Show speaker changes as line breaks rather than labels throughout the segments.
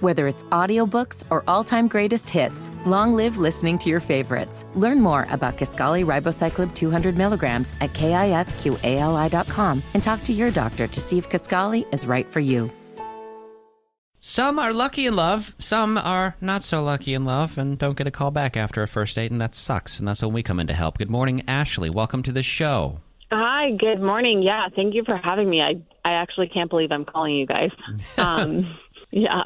Whether it's audiobooks or all-time greatest hits, long live listening to your favorites. Learn more about Kaskali Ribocyclib 200 milligrams at kisqali.com and talk to your doctor to see if Kaskali is right for you.
Some are lucky in love, some are not so lucky in love and don't get a call back after a first date, and that sucks. And that's when we come in to help. Good morning, Ashley. Welcome to the show.
Hi, good morning. Yeah, thank you for having me. I I actually can't believe I'm calling you guys. Um, yeah,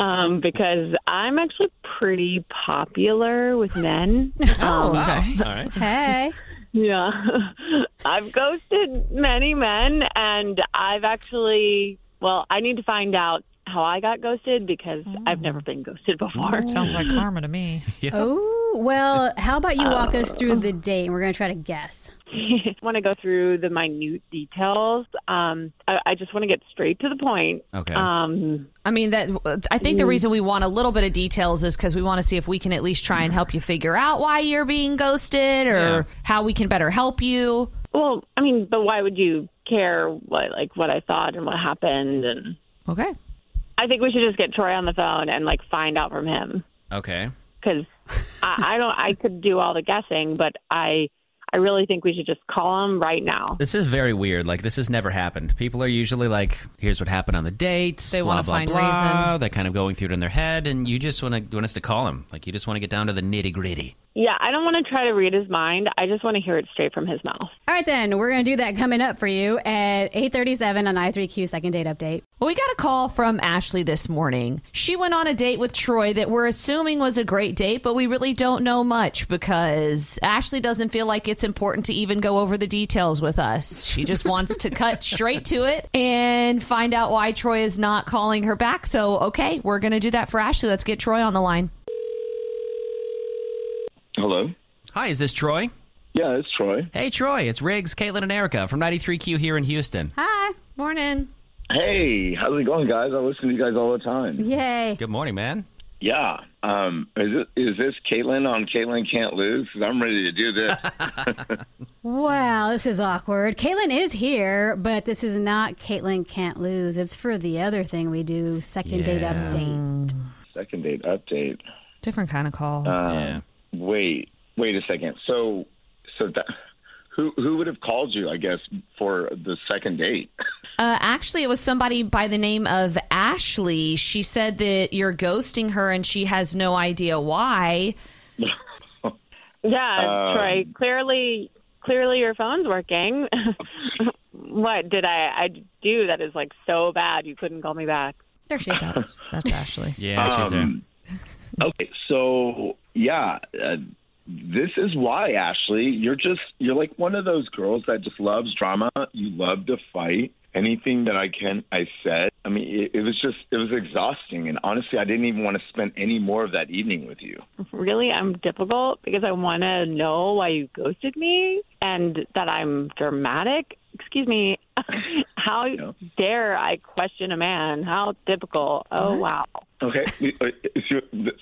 um, because I'm actually pretty popular with men.
Oh,
Um,
Wow. All right.
Hey.
yeah, I've ghosted many men, and I've actually well, I need to find out how I got ghosted because I've never been ghosted before.
Sounds like karma to me.
Oh, well, how about you walk us through the date and we're going to try to guess.
want to go through the minute details. Um, I, I just want to get straight to the point.
Okay.
Uh,
Um,
I mean that I think the reason we want a little bit of details is because we want to see if we can at least try and help you figure out why you're being ghosted or
Yeah.
how we can better help you.
Well, I mean, but why would you care what like what I thought and what happened? And
Okay.
I think we should just get Troy on the phone and like find out from him
okay.
because I, I don't. I could do all the guessing, but I I really think we should just call him right now.
This is very weird. Like this has never happened. People are usually like, "Here's what happened on the date."
They
blah,
wanna
blah,
find
blah.
reason.
They're kind of going through it in their head, and you just want to want us to call him. Like you just want to get down to the nitty gritty.
Yeah, I don't want to try to read his mind. I just want to hear it straight from his mouth.
All right, then. We're going to do that coming up for you at 8.37 on i3Q Second Date Update.
Well, we got a call from Ashley this morning. She went on a date with Troy that we're assuming was a great date, but we really don't know much because Ashley doesn't feel like it's important to even go over the details with us. She just wants to cut straight to it and find out why Troy is not calling her back. So, okay, we're going to do that for Ashley. Let's get Troy on the line.
Hello.
Hi, is this Troy?
Yeah, it's Troy.
Hey, Troy. It's Riggs, Caitlin, and Erica from 93Q here in Houston.
Hi.
Morning.
Hey, how's it going, guys? I listen to you guys all the time.
Yay.
Good morning, man.
Yeah. Um, is it is this Caitlin on Caitlin Can't Lose? 'Cause I'm ready to do this.
Wow, this is awkward. Caitlin is here, but this is not Caitlin Can't Lose. It's for the other thing we do, Second Date
Yeah.
Update.
Second date update.
Different kind of call.
Um,
Yeah.
Wait, wait a second. So, so that who who would have called you? I guess for the second date.
Uh, actually, it was somebody by the name of Ashley. She said that you're ghosting her and she has no idea why.
Yeah,
Um,
Troy. Clearly, clearly your phone's working. what did I I do that is like so bad you couldn't call me back?
There she is.
That's Ashley.
Yeah, she's there.
Um, okay, so yeah, uh, this is why Ashley, you're just you're like one of those girls that just loves drama. You love to fight. Anything that I can, I said. I mean, it, it was just it was exhausting, and honestly, I didn't even want to spend any more of that evening with you.
really I'm difficult because I want to know why you ghosted me and that I'm dramatic. Excuse me. How
Yeah.
dare I question a man? How typical. Oh, wow.
Okay, uh,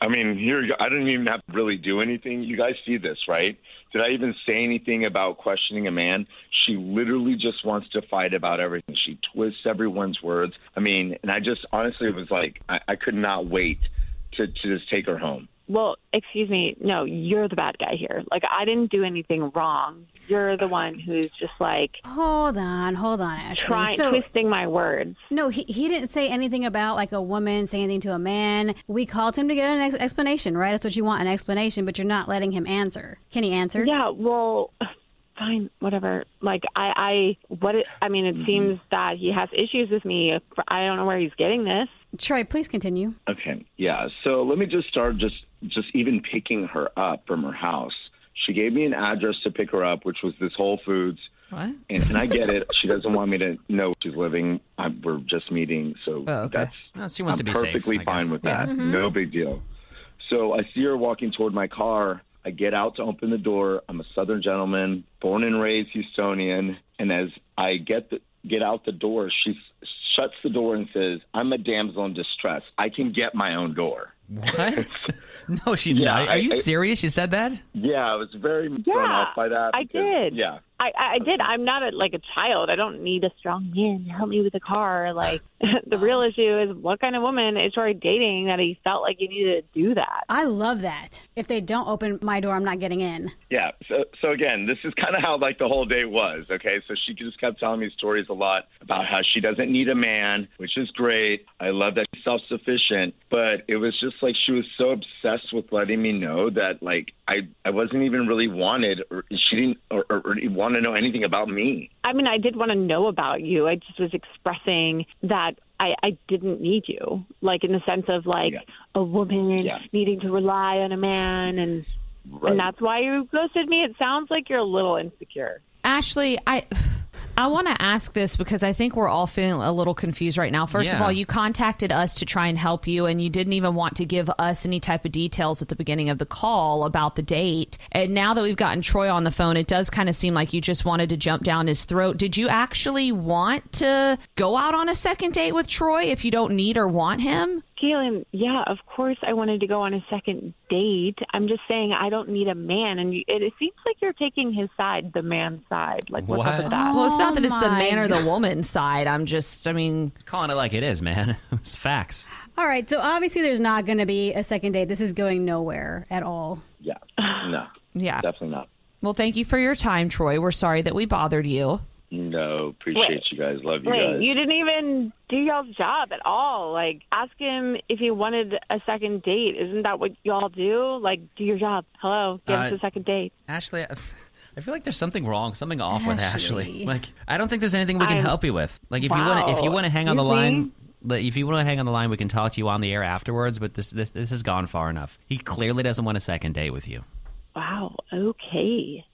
I mean, here you go. I didn't even have to really do anything. You guys see this, right? Did I even say anything about questioning a man? She literally just wants to fight about everything. She twists everyone's words. I mean, and I just honestly was like, I, I could not wait to to just take her home.
Well, excuse me. No, you're the bad guy here. Like, I didn't do anything wrong. You're the one who's just like
Hold on, hold on, Ashley.
trying,
So-
twisting my words.
No, he, he didn't say anything about like a woman saying anything to a man. We called him to get an ex- explanation, right? That's what you want an explanation, but you're not letting him answer. Can he answer?
Yeah, well, fine, whatever. Like I, I, what? It, I mean, it seems that he has issues with me. I don't know where he's getting this.
Troy, please continue.
Okay. Yeah. So let me just start just just even picking her up from her house. She gave me an address to pick her up, which was this Whole Foods.
What?
And, and I get it. She doesn't want me to know where she's living. I, we're just meeting, so
Oh, okay. Mm-hmm.
that's
Well, she wants
I'm
to be safe,
perfectly
I guess.
fine with that. No big deal. So I see her walking toward my car. I get out to open the door. I'm a Southern gentleman, born and raised Houstonian. And as I get the, get out the door, she s- shuts the door and says, "I'm a damsel in distress. I can get my own door."
What? no, she
Yeah,
not. Are
I-
you
I-
serious? She said that?
Yeah, I was very
Yeah,
thrown off by that.
I
because-
did.
Yeah.
I, I I did. I'm not a, like a child. I don't need a strong man to help me with a car. Like the real issue is what kind of woman is Troy dating that he felt like he needed to do that.
I love that. If they don't open my door, I'm not getting in.
Yeah. So, so again, this is kind of how like the whole day was. Okay. So she just kept telling me stories a lot about how she doesn't need a man, which is great. I love that she's self-sufficient, but it was just like she was so obsessed with letting me know that like I I wasn't even really wanted, or she didn't or, or, or want to know anything about me.
I mean, I did want to know about you. I just was expressing that I, I didn't need you, like in the sense of like
Yeah.
a woman
Yeah.
needing to rely on a man, and and that's why you ghosted me. It sounds like you're a little insecure.
Ashley, I I want to ask this because I think we're all feeling a little confused right now. First of
Yeah.
all, you contacted us to try and help you and you didn't even want to give us any type of details at the beginning of the call about the date. And now that we've gotten Troy on the phone, it does kind of seem like you just wanted to jump down his throat. Did you actually want to go out on a second date with Troy if you don't need or want him?
Kaylin, yeah, of course I wanted to go on a second date. I'm just saying I don't need a man, and you, it, it seems like you're taking his side, the man's side. Like what's up
What?
with that?
Well, it's not
Oh
that it's the
my
man or the woman side. I'm just I mean,
Calling it like it is, man. it's facts.
All right, so obviously there's not going to be a second date. This is going nowhere at all.
Yeah. No.
yeah.
Definitely not.
Well, thank you for your time, Troy. We're sorry that we bothered you.
No. Appreciate
Wait.
you guys. Love you
Wait,
guys.
you didn't even do y'all's job at all. Like, ask him if he wanted a second date. Isn't that what y'all do? Like, do your job. Hello, give us
Uh,
a second date.
Ashley, I I feel like there's something wrong, something off with Ashley.
Ashley.
Like, I don't think there's anything we can
I'm-
help you with. Like, if you want to, if you
Wow.
want to hang on
You
the line, like, if you want to hang on the line, we can talk to you on the air afterwards. But this, this, this has gone far enough. He clearly doesn't want a second date with you.
Wow. Okay.